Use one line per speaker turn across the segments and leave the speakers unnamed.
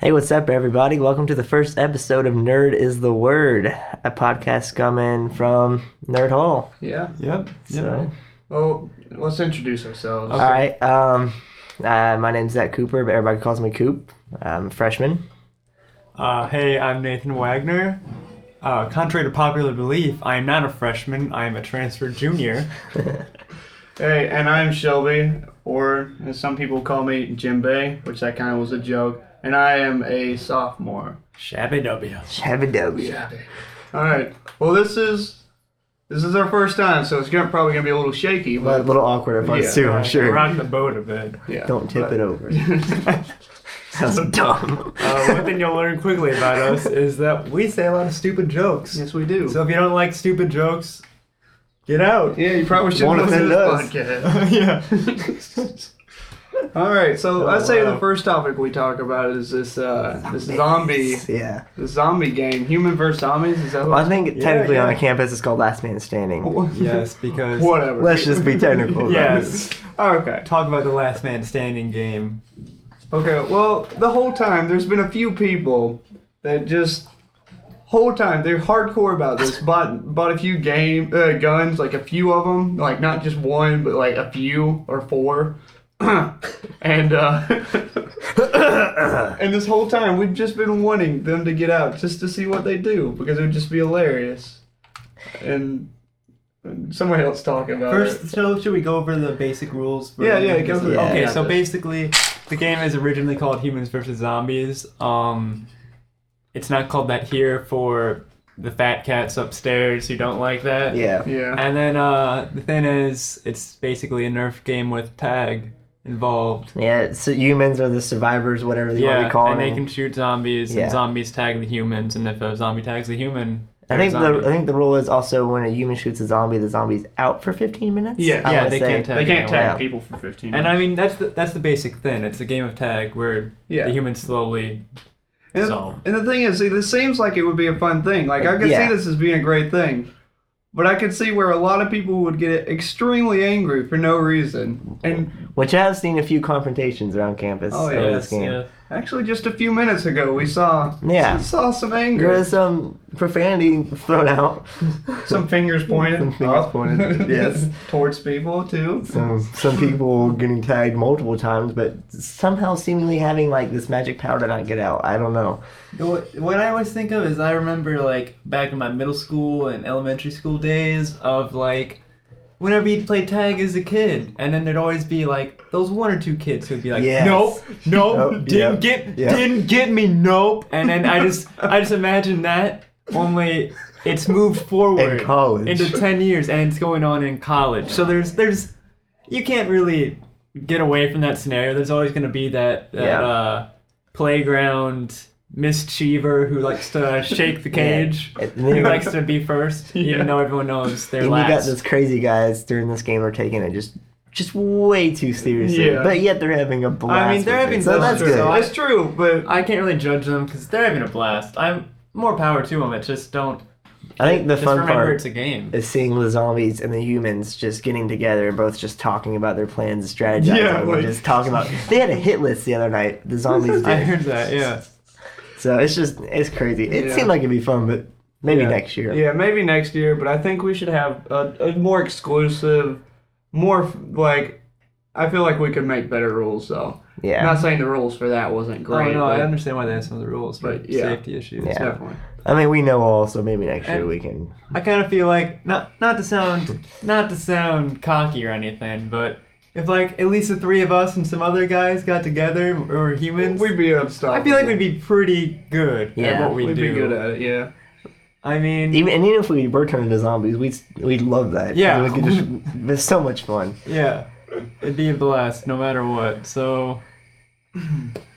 what's up, everybody? Welcome to the first episode of Nerd is the Word, a podcast coming from Nerd Hole.
Yeah.
Yep.
So,
yep.
Well, let's introduce ourselves.
all right. Um, uh, my name's Zach Cooper, but everybody calls me Coop. I'm a freshman.
Uh, hey, I'm Nathan Wagner. Uh, contrary to popular belief, I am not a freshman. I am a transfer junior.
Hey, and I'm Shelby, or as some people call me Jimbe, which that kind of was a joke. And I am a sophomore.
Shabby W.
Have a W.
All right. Well, this is this is our first time, so it's gonna, probably gonna be a little shaky,
A
but
little awkward at once,
Yeah.
too, I'm sure.
Rock the boat a bit.
yeah.
Don't tip it over. Sounds dumb.
Uh, one thing you'll learn quickly about us is that we say a lot of stupid jokes.
Yes, we do.
So if you don't like stupid jokes, get out.
yeah, you probably shouldn't
Won't
listen to
offend
this
yeah.
podcast. All right.
Oh,
So I'd say
wow.
the first topic we talk about is this uh, this zombie
yeah.
this zombie game, human versus zombies. Is that
Well, I
what?
think
Yeah,
technically on
yeah.
a campus it's called Last Man Standing.
Yes, because
Whatever.
Let's just be technical. about it.
yes.
Okay.
Talk about the last man standing game.
Okay, well, the whole time there's been a few people that just whole time they're hardcore about this. Bought bought a few game uh, guns, like a few of them, like not just one, but like a few or four. and uh, and this whole time we've just been wanting them to get out just to see what they do because it would just be hilarious. And, and somebody else talking about
First,
it.
so should we go over the basic rules? For
Yeah, yeah, go over the-
Okay,
yeah.
so basically, the game is originally called Humans vs. Zombies. Um, it's not called that here for the fat cats upstairs who don't like that.
Yeah.
Yeah.
And then uh, the thing is, it's basically a Nerf game with tag involved.
Yeah. So humans are the survivors, whatever you want
Yeah,
to call
and
them.
they can shoot zombies,
Yeah.
and zombies tag the humans, and if a zombie tags the human,
I
they're a
think the
zombie.
I think the rule is also when a human shoots a zombie, the zombie's out for 15 minutes.
Yeah.
I
yeah,
wanna
they
say.
can't tag.
They can't
anyone.
tag people for 15 minutes.
And I mean that's the that's the basic thing. It's a game of tag where
Yeah.
the humans slowly
And,
So-
and the thing is, see, this seems like it would be a fun thing. Like I could
Yeah.
see this as being a great thing, but I could see where a lot of people would get extremely angry for no reason. And
Which I have seen a few confrontations around campus
Oh,
over
yeah,
this game.
actually, just a few minutes ago, we saw
Yeah.
we saw some
There
anger,
was some profanity thrown out.
some fingers pointed,
Some fingers
up
pointed, yes.
towards people too.
Some um, some people getting tagged multiple times, but somehow seemingly having like this magic power to not get out. I don't know.
What what I always think of is I remember like back in my middle school and elementary school days of like whenever you'd play tag as a kid and then there'd always be like those one or two kids who'd be like
Yes.
nope nope
Oh, yep,
didn't get
yep.
didn't get me nope and then I just I just imagine that only it's moved forward
In college.
into 10 years and it's going on in college so there's there's you can't really get away from that scenario there's always going to be that, that
Yeah.
uh, playground mischiever who likes to shake the cage
And then
who
you got-
likes to be first even though everyone knows they're
and you
last
got those crazy guys during this game are taking it just just way too seriously.
Yeah.
But yet they're having a blast.
they're
with it.
having
so
fun,
that's
so
good.
I-
That's true, but
i can't really judge them because they're having a blast i'm more power to them it just don't
I think the
just
fun
remember
part
it's a game
is seeing the zombies and the humans just getting together and both just talking about their plans and strategizing
Yeah,
and
like-
just talking about they had a hit list the other night the zombies
i
did
heard that yeah
so it's just it's crazy it
Yeah.
seemed like it'd be fun but maybe
Yeah.
next year
yeah, maybe next year. But I think we should have a, a more exclusive, more f- like. I feel like we could make better rules, though.
yeah
Not saying the rules for that wasn't great.
oh no i
but-
understand why they have some of the rules but,
But, yeah.
safety issues
Yeah.
Definitely.
I mean we know all so maybe next year
And-
we can
I kind of feel like not not to sound not to sound cocky or anything, but if like at least the three of us and some other guys got together or humans,
We'd be unstoppable.
I feel like we'd be pretty good
Yeah.
at what we
We'd
do.
be good at it, yeah.
I mean,
even and even if we were turned into zombies we'd we'd love that
Yeah.
we could just it's so much fun
yeah, it'd be a blast no matter what. So. I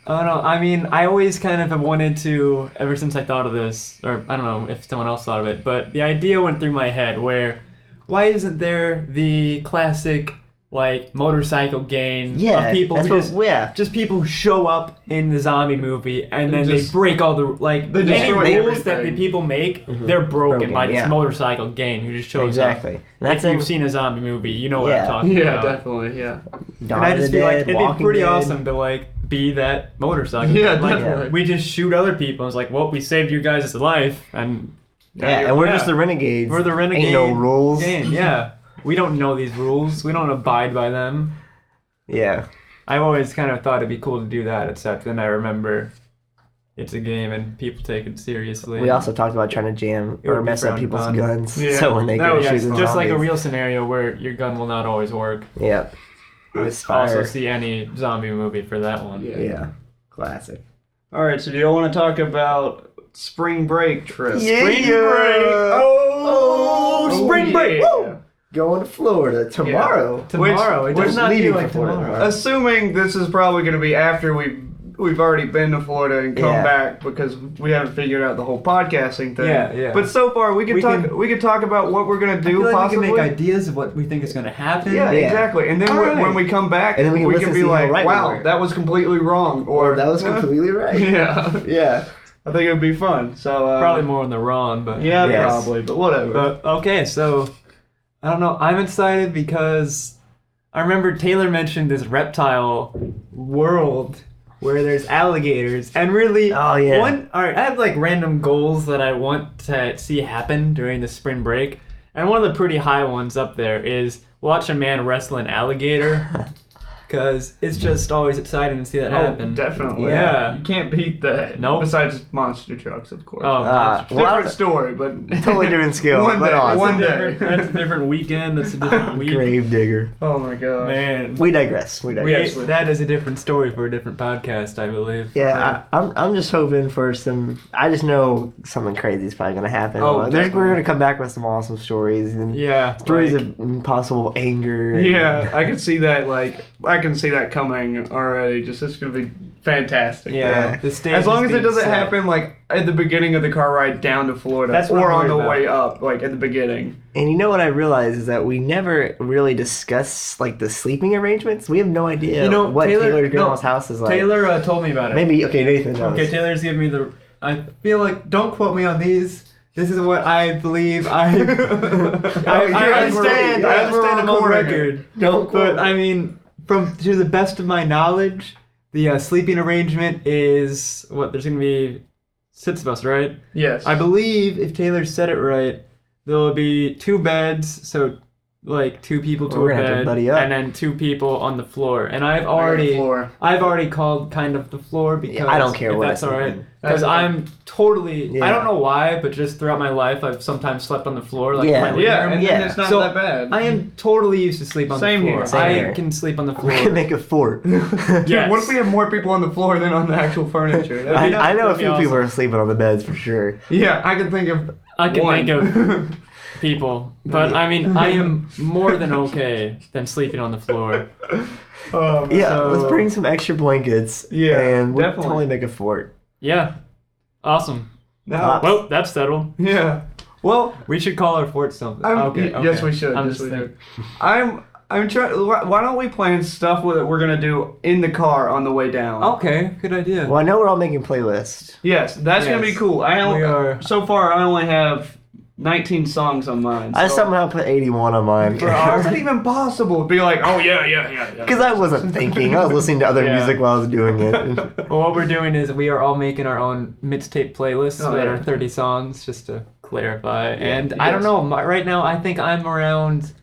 don't know. I mean, I always kind of have wanted to, ever since I thought of this, or I don't know if someone else thought of it, but the idea went through my head where why isn't there the classic, like, motorcycle game
yeah
of people
that's
who
what,
just
yeah
just people who show up in the zombie movie and then
Just-
they break all the like
They
any
destroy
rules that
everything.
the people make they're broken,
Mm-hmm. Broken,
by this
yeah.
motorcycle gang who just shows up.
exactly And that's
if
in
you've seen a zombie movie, you know what
Yeah.
I'm talking
Yeah,
about.
definitely, yeah.
Dawn
And I
of
just
the
feel like
Dead,
it'd be
Walking
pretty
Dead.
awesome to like be that motorcycle.
Yeah,
like,
definitely.
We just shoot other people. It's like, well, we saved your guys' life, and
Yeah, and we're
Yeah.
just the renegades.
we're the renegade.
Ain't no rules.
gang, yeah, we don't know these rules. We don't abide by them.
Yeah.
I've always kind of thought it'd be cool to do that, except then I remember it's a game and people take it seriously.
We also talked about trying to jam
It would
or
be
mess up
frowned
people's
upon.
guns.
Yeah,
So when they
that
go
was
yeah,
shooting
it's
zombies.
just like a real scenario where your gun will not always work.
Yep. It was
Also,
fire.
see any zombie movie for that one.
Yeah.
yeah. Classic.
All right, so do y'all want to talk about spring break trips?
Spring
break.
Oh,
Oh,
spring break.
yeah.
Woo! Going to Florida tomorrow.
Tomorrow,
Which-
it does
which
not
leading
feel like
for Florida.
tomorrow.
Assuming this is probably going to be after we we've already been to Florida and come
Yeah.
back because we haven't figured out the whole podcasting thing.
Yeah, yeah.
But so far we can
We
talk
can-
we can talk about what we're going to do
I feel like
possibly.
we can make ideas of what we think is going to happen.
yeah,
Yeah.
exactly. And then
All
when-
right.
when we come back,
And then we can listen
be
to see how
like,
right we
"Wow,
were."
that was completely wrong," or
That was
"Huh?"
completely right.
Yeah,
Yeah.
I think it would be fun. So uh,
Probably more on the wrong, but
Yeah,
Yes.
probably, but whatever.
But okay, so I don't know. I'm excited because I remember Taylor mentioned this reptile world where there's alligators, and really,
Oh, yeah.
One, all right, I have like random goals that I want to see happen during the spring break, and one of the pretty high ones up there is watch a man wrestle an alligator. Because it's just always exciting to see that
oh,
happen.
definitely.
Yeah.
you can't beat that.
Nope.
Besides monster trucks, of course.
Oh,
Uh,
gosh.
well, I
different
was-
story, but
Totally different skill,
one
but
day,
awesome.
one day.
Different- that's a different weekend. That's a different week.
Gravedigger.
oh my god.
Man,
We digress. We
We,
digress.
Yes, we-
that is a different story for a different podcast, I believe.
Yeah, I, I'm, I'm just hoping for some. I just know something crazy is probably going to happen.
Oh,
Like, there's- we're
definitely.
going to come back with some awesome stories and
Yeah.
stories
like,
of impossible anger. and-
Yeah, I can see that. Like, I can see that coming already. Just it's gonna be fantastic.
yeah.
yeah.
The stage
As long
is
as it
being
doesn't
set.
happen like at the beginning of the car ride down to Florida,
That's what
or
I'm
on the
worried
way up, like at the beginning.
And you know what I realized is that we never really discuss like the sleeping arrangements. We have no idea
You know,
what
Taylor-
Taylor's
no,
grandma's house is like.
Taylor uh, told me about it.
Maybe okay, Nathan knows.
Okay, Taylor's giving me the. I feel like don't quote me on these. This is what I believe. I I,
you're
I understand.
recording.
I
Yes,
understand. I'm
we're
on
recording it.
record.
Don't quote
But I mean, from to the best of my knowledge, the uh, sleeping arrangement is what there's gonna be six of us, right?
Yes.
I believe if Taylor said it right, there'll be two beds, so like two people to
We're
a
gonna have to
bed,
buddy up.
and then two people on the floor. And I've
On the
already,
floor.
I've already called kind of the floor because
I don't care
if
what I
that's
sleep
all right.
in.
Because
That's-
I'm totally, I
Yeah.
don't know why, but just throughout my life, I've sometimes slept on the floor, like
Yeah.
in my living
Yeah,
room.
and
Yeah.
then it's not
So,
that bad.
I am totally used to sleep on
Same
the
here,
floor.
same
I
here.
can sleep on the
we can
floor.
make a fort.
Dude,
Yes.
what if we have more people on the floor than on the actual furniture? That'd
I,
be-
I know a
That'd be
few people are sleeping on the beds for sure.
yeah, I can think of.
I can
one.
think of people, but I mean, I am more than okay than sleeping on the floor.
Oh, man.
Yeah,
Um, So-
let's bring some extra blankets.
Yeah,
and we'll
definitely.
totally make a fort.
Yeah. Awesome.
No.
Well, that's settled.
Yeah. Well,
We should call our fort something.
I'm,
okay,
Um, y- Yes,
okay.
we should.
I'm
yes,
just
we
think-
should. I'm. I'm trying. Why don't we plan stuff that we're gonna do in the car on the way down?
Okay, good idea.
Well, I know we're all making playlists.
Yes, that's gonna be
Yes.
cool. I don't,
We are-
So far, I only have 19 songs on mine.
I
so-
somehow put 81 on mine.
For our-
How's that even possible? Be like, oh yeah, yeah, yeah, yeah.
Because I wasn't thinking. I was listening to other
Yeah.
music while I was doing it.
Well, what we're doing is we are all making our own mixtape playlists
Oh,
that
yeah.
are 30 songs, just to clarify. and I don't
yes.
know, my, right now I think I'm around.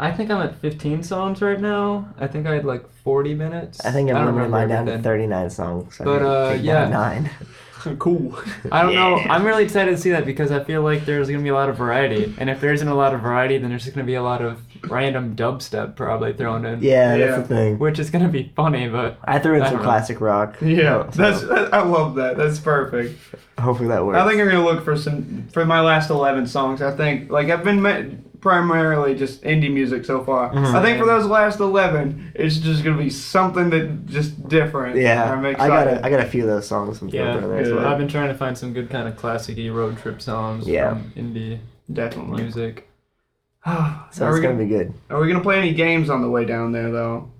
I think I'm at 15 songs right now. I think I had like 40 minutes.
I think
I
I'm
don't
limiting mine
remember
down to
everything.
39 songs. so I
But,
need to
uh,
take
yeah.
down Nine.
cool.
I don't know.
Yeah.
I'm really excited to see that because I feel like there's gonna be a lot of variety, and if there isn't a lot of variety, then there's just gonna be a lot of random dubstep probably thrown in.
Yeah,
Yeah.
that's the thing.
Which is gonna be funny, but
I threw in
I
some
don't know.
classic rock.
Yeah,
so
that's. I love that. That's perfect.
hopefully that works.
I think I'm gonna look for some for my last eleven songs. I think like I've been ma- primarily just indie music so far.
Mm-hmm.
I think for those last eleven, it's just gonna be something that just different.
yeah,
I'm
I
excited.
got a, I got a few of those songs. From
yeah,
yeah, there as
good.
well.
I've been trying to find some good kind of classic-y road trip songs
Yeah.
from indie
definitely.
music.
so
are,
it's
we
gonna
gonna,
be good.
are we gonna play any games on the way down there though?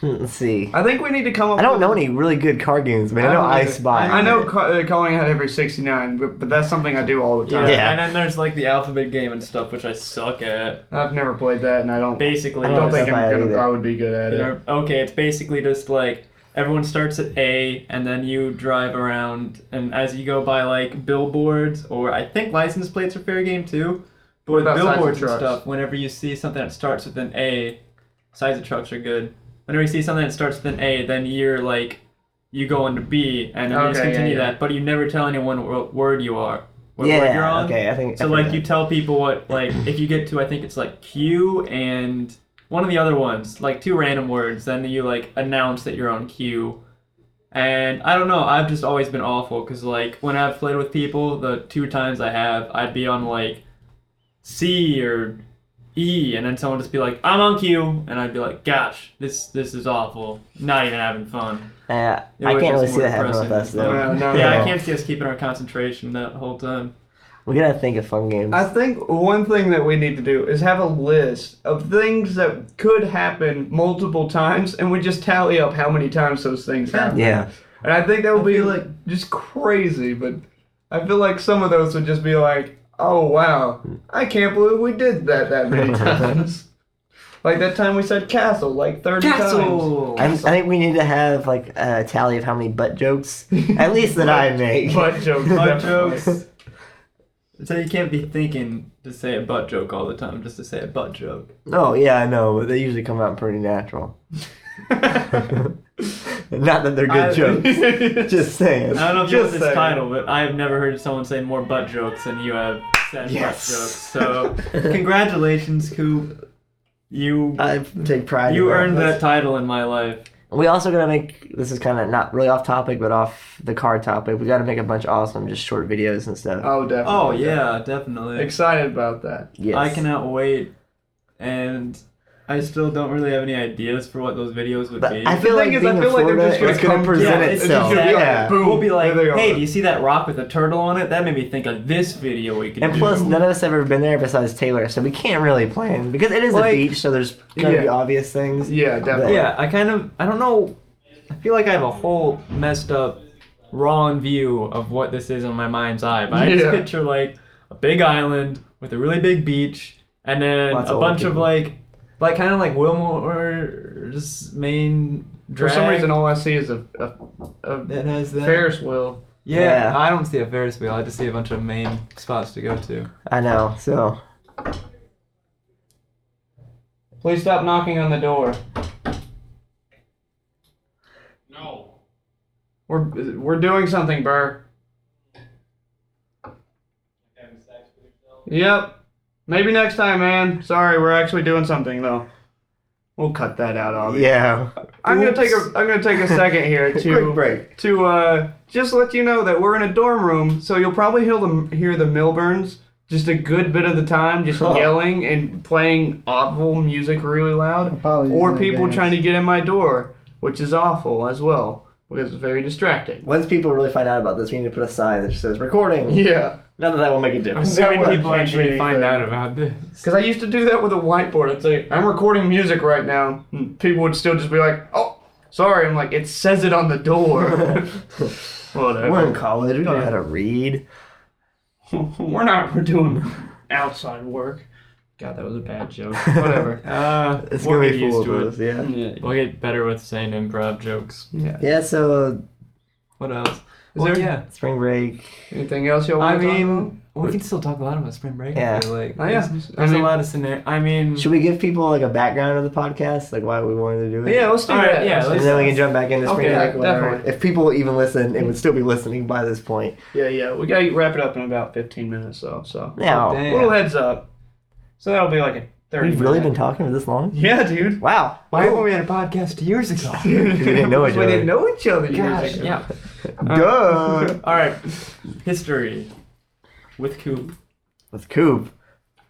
Hmm, Let's see.
I think we need to come up.
I don't
with-
know any really good car games. I mean, I know
Oh, don't
I
either.
Spy.
I know ca- uh, calling out every sixty nine, but, but that's something I do all the time.
Yeah.
and then there's like the alphabet game and stuff, which I suck at.
I've never played that, and I don't.
Basically,
I
I don't
don't
just-
think
know if I
I'm gonna,
either.
I would be good at it.
okay, it's basically just like Everyone starts at A, and then you drive around, and as you go by like billboards or I think license plates are fair game too. But with
about size of
billboards and
trucks?
stuff, whenever you see something that starts with an A, size of trucks are good. Whenever you see something that starts with an A, then you're like, you go into B, and then you just
Okay, yeah,
continue
yeah.
that. But you never tell anyone what word you are. What word you're
yeah.
on.
Okay, I think.
So
I
like
think
you tell people what like if you get to I think it's like Q and one of the other ones like two random words then you like announce that you're on Q and I don't know I've just always been awful because like when I've played with people the two times I have I'd be on like C or E and then someone would just be like I'm on Q and I'd be like gosh this this is awful not even having fun
Uh,
It
I
was
can't really
just
see
more
that happen with
depressing.
us though.
No, no,
yeah
no.
I can't see us keeping our concentration that whole time
We gotta think of fun games.
I think one thing that we need to do is have a list of things that could happen multiple times, and we just tally up how many times those things happen.
yeah.
And I think that would
I
be
feel
like just crazy, but I feel like some of those would just be like, oh wow, I can't believe we did that that many times. like that time we said castle like 30
I, I think we need to have like a tally of how many butt jokes, at least that I make.
times. Butt jokes.
butt
definitely.
jokes. So you can't be thinking to say a butt joke all the time, just to say a butt joke.
Oh yeah, I know. but They usually come out pretty natural. Not that they're good
I-
jokes. Just saying.
I don't know if you know
Just
this
saying.
title, but I've never heard someone say more butt jokes than you have said
Yes.
butt jokes. So congratulations, Coop. You
I take pride.
you
in that.
earned that title in my life.
We also gotta make this is kind of not really off topic, but off the car topic. We gotta make a bunch of awesome, just short videos and stuff.
oh, definitely.
Oh yeah, definitely.
Excited about that.
yes.
I cannot wait, and I still don't really have any ideas for what those videos would
But
be.
I feel
The
like
thing is, I
being in
feel like they're
Florida,
just gonna
it's gonna
come-
present
yeah, it's just
itself.
gonna be like,
yeah.
boom.
we'll be like,
there they
hey,
are.
do you see that rock with a turtle on it? That made me think of this video we could
And
do.
plus, none of us have ever been there besides Taylor, so we can't really plan because it is
Like-
a beach, so there's gonna be
Yeah.
obvious things.
Yeah, definitely.
yeah, I kind of, I don't know, I feel like I have a whole messed up, wrong view of what this is in my mind's eye. But I just
Yeah.
picture like a big island with a really big beach, and then
Lots of
a
old
bunch of
people.
like, like kind of like Wilmore's main
For
drag.
some reason, all I see is a, a, a
that has that.
Ferris wheel.
Yeah,
Yeah.
I don't see a Ferris wheel. I just see a bunch of main spots to go to.
I know. So
Please stop knocking on the door.
No.
We're we're doing something, Burr.
Having sex with yourself.
Yep. Maybe next time, man. Sorry, we're actually doing something though. We'll cut that out, obviously.
yeah,
I'm gonna
Oops.
take a I'm gonna take a second here to
quick break.
to uh, just let you know that we're in a dorm room, so you'll probably hear the hear the Milburns just a good bit of the time, just
Oh.
yelling and playing awful music really loud,
Apologies
or
in
people
advance.
trying to get in my door, which is awful as well because it's very distracting.
Once people really find out about this, we need to put a sign that says recording.
Yeah,
None of that will make a difference.
That
How
would
many people
change
actually find
anything.
out about this?
Because I used to do that with a whiteboard. I'd say, I'm recording music right now. And people would still just be like, oh, sorry. I'm like, it says it on the door.
We're
Whatever.
in college. We don't know how to read.
We're not, we're doing outside work. God, that was a bad joke. Whatever.
Uh,
It's
we'll
gonna
get
be
used
full
to it.
of those. Yeah.
yeah.
We'll get better with saying improv jokes.
yeah.
Yeah. So
What else? Is
Well,
there? Yeah.
spring break.
Anything else y'all
I
want to talk about?
mean, we can still talk a lot about spring break.
Yeah.
I feel like.
Oh, yeah.
There's,
I
there's
mean-
a lot of scenario. I mean,
Should we give people like a background of the podcast, like why we wanted to do it?
yeah, let's do
All right,
that.
yeah,
Let's-
And then we can jump back into spring
Okay,
break.
yeah,
whatever.
definitely.
If people even listen, it would still be listening by this point.
yeah, yeah. We got to wrap it up in about 15 minutes, though. So,
Now,
damn.
little heads up. So, that'll be like a 30
we've really
minute-
been talking for this long.
Yeah, dude.
Wow.
why haven't we had a podcast years ago?
we
didn't know each
We
other.
didn't know each other. years
Gosh,
ago.
yeah.
Duh.
All right. History with Coop.
With Coop.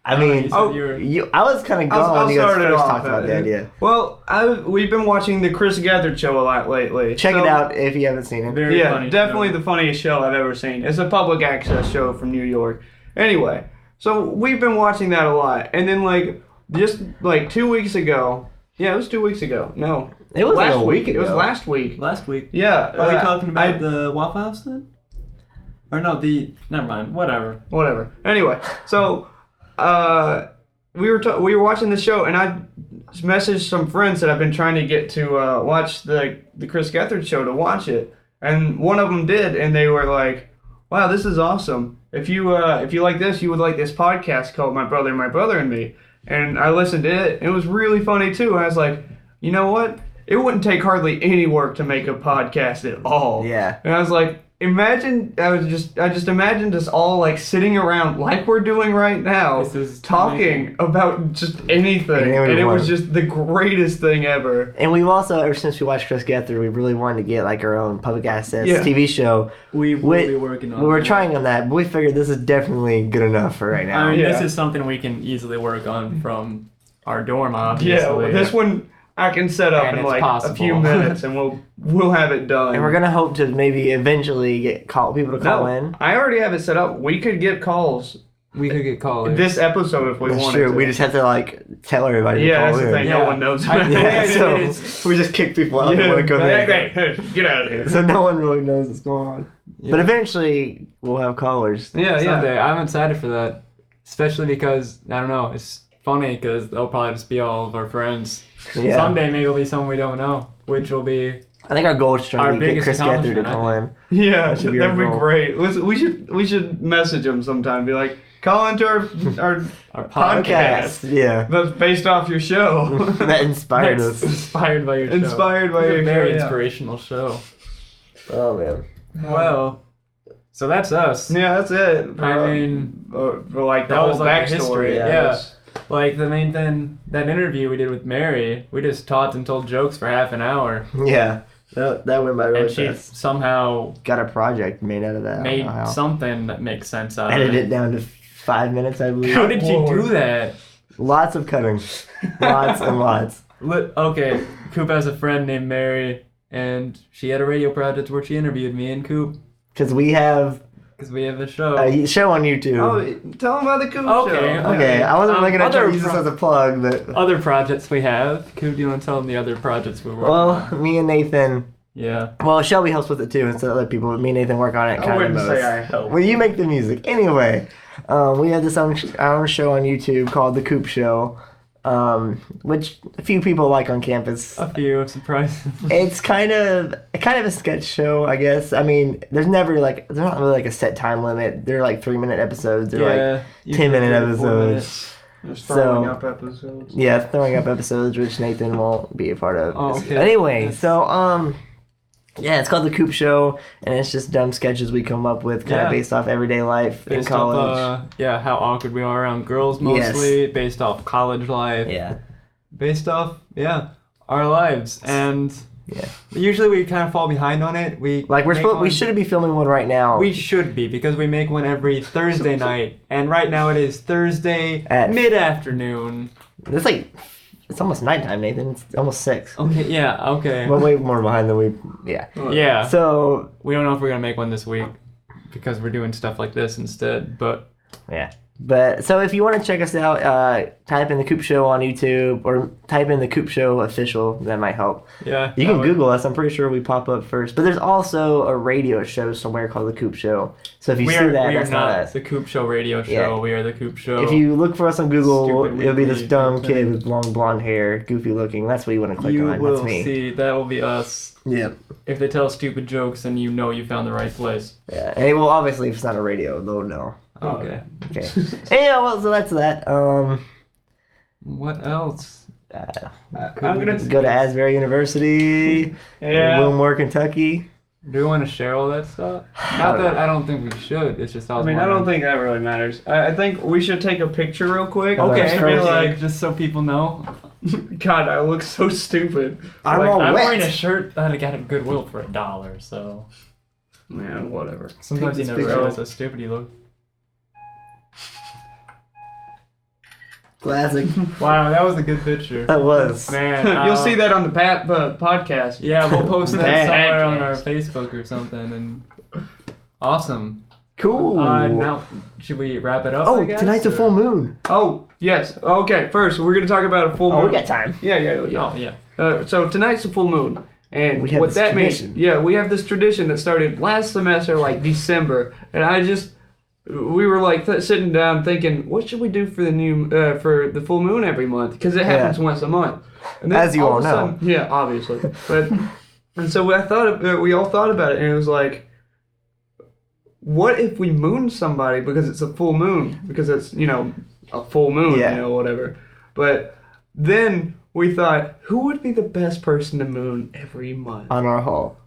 I mean,
oh,
Oh,
you were,
you, I was kind of
I'll-
gone
I'll
when you guys
start it
first
off,
talked about the
uh,
idea.
Well, I we've been watching the Chris Gethard show a lot lately.
Check
So-
it out if you haven't seen it.
very
Yeah,
funny.
definitely the funniest show I've ever seen. It's a public access show from New York. Anyway, so we've been watching that a lot, and then like just like two weeks ago. Yeah, it was two weeks ago. No,
It was like
last
a week
It was
ago.
last week.
Last week.
Yeah.
Are we
uh,
talking about
I-
the Waffle House then? Or no, the never mind. Whatever.
whatever. Anyway, so uh, we were ta- we were watching the show, and I messaged some friends that I've been trying to get to uh, watch the the Chris Gethard show to watch it, and one of them did, and they were like, "Wow, this is awesome! If you uh, if you like this, you would like this podcast called My Brother, My Brother and Me." And I listened to it. It was really funny too. I was like, "You know what? It wouldn't take hardly any work to make a podcast at all."
Yeah.
And I was like, imagine I was just I just imagined us all like sitting around like we're doing right now,
This is
talking about just anything,
Anything we
and it
want.
was just the greatest thing ever.
And we've also, ever since we watched Chris Gethard, we really wanted to get like our own public access
Yeah.
TV show.
We
We-
will be working on.
We were
it.
trying on that, but we figured this is definitely good enough for right now.
I mean, this
Yeah.
is something we can easily work on from our dorm, obviously.
Yeah, well, this one I can set up
And
in
it's
like a
possible.
few minutes, and we'll we'll have it done.
and we're gonna hope to maybe eventually get call people to call
no,
in.
I already have it set up. We could get calls
we could get called.
this episode if we
That's
wanted
true.
to.
We just have to like tell everybody to
yeah,
call
that's the
in.
thing. No
Yeah.
one knows.
I-
About
Yeah,
it.
so
It
we just kick people out
Yeah,
yeah, go
hey,
there.
hey, hey, get out of here.
So no one really knows what's going on. But eventually we'll have callers.
Yeah, yeah.
Someday. I'm excited for that, especially because I don't know. It's funny because they'll probably just be all of our friends.
Yeah.
Someday maybe it'll be someone we don't know, which will be
I think our goal is
Our
trying to get
biggest
Chris Gethard to
accomplishment, I
call in.
Yeah,
That
that'd
should
be,
be our goal.
great. Let's, we should we should message him sometime. Be like, call into our our
our podcast.
podcast
Yeah.
that's based off your show,
that inspired us.
That's inspired by your show.
inspired by
It's
your
a very
show.
inspirational show.
Oh man.
Yeah.
Well, so that's us.
yeah, that's it.
I mean,
uh, for like the
that
whole
was like the
backstory.
history,
yeah.
yes.
like the main thing that interview we did with Mary, we just talked and told jokes for half an hour,
Yeah. That, that went by really
and she
fast.
somehow
Got a project made out of that. I don't
made
know how.
something that makes sense
Uh,
out of
Edited it
it.
down to five minutes, I believe.
How did you
Lord.
do that?
Lots of cutting. Lots and lots.
Li- okay, Coop has a friend named Mary, and she had a radio project where she interviewed me and Coop
Because we have
because we have a show.
a show on YouTube.
Oh, tell him about the Coop
Okay,
show.
okay, I wasn't really
Um,
going to try
other
to use this
pro-
as a plug, but.
other projects we have. Coop, do you want to tell them the other projects we work?
Well, me and Nathan.
yeah,
Well, Shelby helps with it too, and so other people. but Me and Nathan work on it.
I
Kind
wouldn't
of
say
both.
I helped.
Well, you make the music anyway. Um, we have this own our own show on YouTube called The Coop Show, um, which a few people like on campus.
a few surprises.
It's kind of kind of a sketch show, I guess. I mean, there's never like there's not really like a set time limit. They're like three minute episodes. They're like
you
10
can
minute
do four
episodes.
minutes.
Just throwing
So-
up episodes.
Yeah, throwing up episodes, which Nathan won't be a part of.
Oh, okay.
Anyway,
Yes.
so um, yeah, it's called the Coop Show, and it's just dumb sketches we come up with, kind
Yeah.
of based off everyday life in
Based
college.
off, uh, yeah, how awkward we are around girls
Yes.
mostly, based off college life,
yeah,
based off, yeah, our lives. And
Yeah.
usually we kind of fall behind on it. We
like we're
make
supposed, we
one-
should be filming one right now.
um, We should be because we make one every Thursday night, and right now it is Thursday
At-
mid afternoon.
it's like it's almost nighttime, Nathan. It's almost six.
Okay, yeah, okay,
We're way more behind than we. Yeah.
yeah.
So
we don't know if we're gonna make one this week because we're doing stuff like this instead. But
yeah. But so if you want to check us out, uh, type in the Coop Show on YouTube or type in the Coop Show official. That might help.
yeah,
You
that
can
would-
Google us. I'm pretty sure we pop up first. But there's also a radio show somewhere called The Coop Show. So if you
We
see
are,
that,
we are
that's not,
not
us.
the Coop Show radio show.
Yeah.
We are the Coop Show.
If you look for us on Google,
Stupid
it'll be this
weekly
dumb
thing.
kid with long blonde hair, goofy looking. That's what you want to click
You
on.
will
that's me.
see that will be us.
Yeah.
If they tell stupid jokes, then you know you found the right place.
Yeah. And well, obviously, if it's not a radio, they'll know.
Okay.
Okay. yeah. Well, so that's that. Um,
What else?
uh,
I- I'm gonna.
go to Asbury University,
Yeah.
Wilmore, Kentucky.
Do we want to share all that stuff?
I
Not
don't
that I don't think we should. It's just I
I
was
mean, I don't
wondering.
think that really matters. I, I think we should take a picture real quick.
think-
Okay,
Just be like,
like just so people know,
God, I look so stupid.
I'm
like,
all
I'm
wet.
wearing a shirt that I got at Goodwill for a dollar. So
Man, whatever.
sometimes you
this
never
picture.
realize how stupid you look.
Classic.
Wow, that was a good picture.
that was.
Man,
You'll
uh,
see that on the pat, uh, podcast.
Yeah, we'll post that
Bad.
somewhere on our Facebook or something. And awesome.
Cool.
Uh, now, should we wrap it up?
oh,
I guess, uh,
tonight's a
or-
full moon.
Oh, yes. Okay, first, we're going to talk about a full moon.
Oh, we got time.
Yeah, yeah, yeah.
Oh yeah.
Uh, so tonight's the full moon. And
We have
what
this
that
tradition.
means, yeah, we have this tradition that started last semester, like December. And I just, we were like th- sitting down thinking, what should we do for the new uh, for the full moon every month? Because it happens
Yeah.
once a month. And then
As you all
of a
know.
yeah, obviously. But and so I thought uh, we all thought about it, and it was like, what if we moon somebody because it's a full moon because it's you know a full moon,
Yeah.
you know whatever. But then we thought, who would be the best person to moon every month?
on our haul.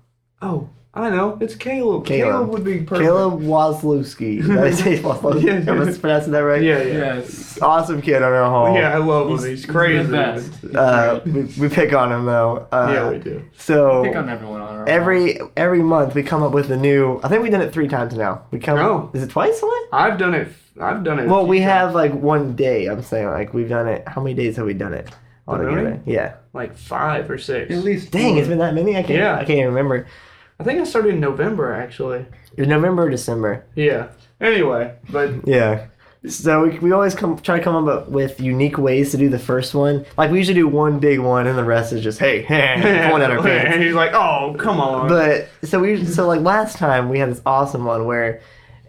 oh, I know, it's Caleb.
Caleb.
Caleb, would be perfect.
Caleb Wazlewski. Did I say Wazlewski?
Yeah.
Am I pronouncing that right?
Yeah, yeah.
Yes.
Awesome kid on our haul.
Yeah, I love him. He's crazy.
The best.
Uh, we, we pick on him though. Uh,
yeah, we do.
So
Pick on everyone on our
every every month we come up with a new. I think we did it three times now. We come.
No.
Is it twice? Only?
I've done it. I've done it.
Well, we have like one day. I'm saying like we've done it. How many days have we done it altogether? Yeah.
like five or six.
At least
Dang, it's been that many. I can't.
Yeah.
I can't even remember.
I think I started in November actually.
It was November or December.
Yeah. Anyway, but
Yeah. So we, we always come try to come up with unique ways to do the first one. Like we usually do one big one, and the rest is just hey, hey, pulling out our pants.
and he's like, "Oh, come on."
But so we so like last time we had this awesome one where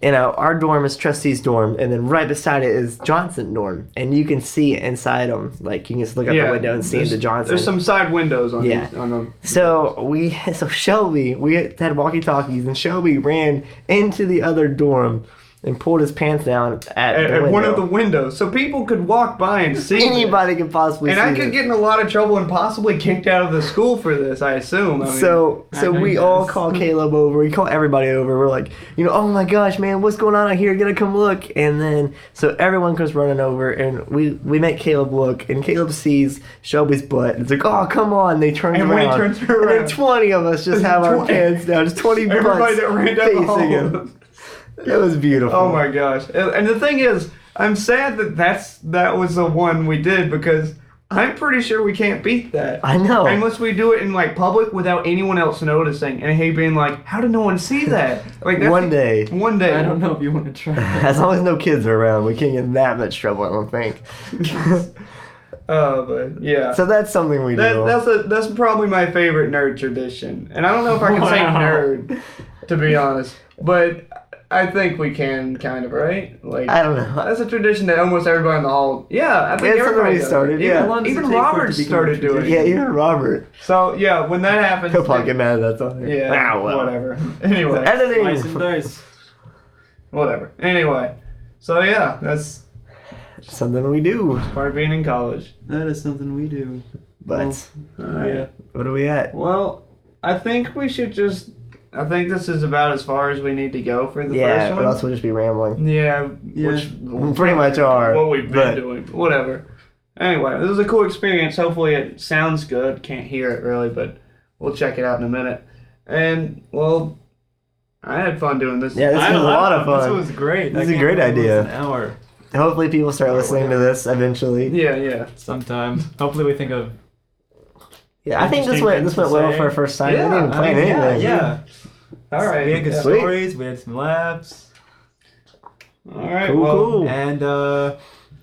you know our dorm is trustee's dorm and then right beside it is Johnson dorm and you can see inside them like you can just look out the window and see
there's-
into Johnson.
There's some side windows on
Yeah.
these, on them.
So we so Shelby we had walkie talkies and Shelby ran into the other dorm and pulled his pants down at,
At,
the
at one of the
window.
windows, so people could walk by and see. this.
anybody could possibly
And
see
I could
this.
get in a lot of trouble and possibly kicked out of the school for this. I assume. I mean,
So so
know
we
you
all
guys.
call Caleb over. We call everybody over. We're like, you know, oh my gosh, man, what's going on out here? Gotta come look. And then so everyone comes running over, and we we make Caleb look, and Caleb sees Shelby's butt. It's like, oh come on. They turn
And
around.
when he turns her
and then
around-
twenty of us just have our
20
pants down. Just twenty
everybody
butts
that ran down the hall.
facing him. It was beautiful.
Oh my gosh! And and the thing is, I'm sad that that's that was the one we did because I'm pretty sure we can't beat that.
I know.
Unless we do it in like public without anyone else noticing, and I hate being like, "How did no one see that?" Like that's
One
the-
day.
One day.
I don't know if you want to try. that.
As long as no kids are around, we can't get in that much trouble. I don't think.
Uh, but yeah.
so that's something we
that,
do.
that's a, that's probably my favorite nerd tradition, and I don't know if I can say
Wow.
nerd, to be honest, but I think we can kind of right. Like
I don't know.
That's a tradition that almost everybody in the hall. Yeah, I think
It's
everybody
already
does it.
started,
Even,
yeah.
How long does
even
it take for it to
Robert
become a
started doing. it.
Yeah, even Robert.
So yeah, when that happens,
He'll probably get mad at us on there.
yeah,
Ah, well.
whatever. Anyway,
Editing.
Slice and dice.
whatever. Anyway, so yeah, that's
something we do.
part of being in college.
That is something we do.
But
Yeah.
what are we at?
Well, I think we should just. I think this is about as far as we need to go for the
Yeah,
first
or
one.
else we'll just be rambling.
yeah,
Yeah.
We
which
pretty much are.
what we've been
but
doing. Whatever. Anyway, this is a cool experience. Hopefully, it sounds good. Can't hear it really, but we'll check it out in a minute. And well, I had fun doing this.
Yeah, this
I-
was a
I-
lot of
This
fun.
was great.
This
I
is a
can't
great
believe it was
idea.
An hour
Hopefully, people start listening to this eventually.
yeah, yeah.
sometime. Hopefully, we think of
Yeah, I think this
Interesting
went this
things
went
to
well
say.
for our first time.
Yeah,
we didn't even
I
plan
mean, yeah,
anything.
yeah.
All right.
We had good
yeah.
Sweet.
stories. We had some laughs.
All right.
Cool,
well,
cool.
And uh,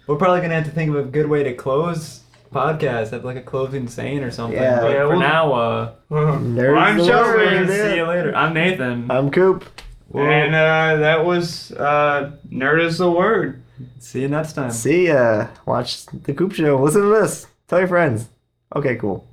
we're probably gonna have to think of a good way to close podcast. Have like a closing saying or something.
Yeah.
But
Yeah,
for
we'll-
now, uh,
Nerds
I'm
the
sure
word,
we're gonna
yeah.
see you later. I'm Nathan.
I'm Coop.
We'll
and uh, that was uh, nerd is the word.
see you next time.
See ya. Watch the Coop Show. Listen to this. Tell your friends. Okay, cool.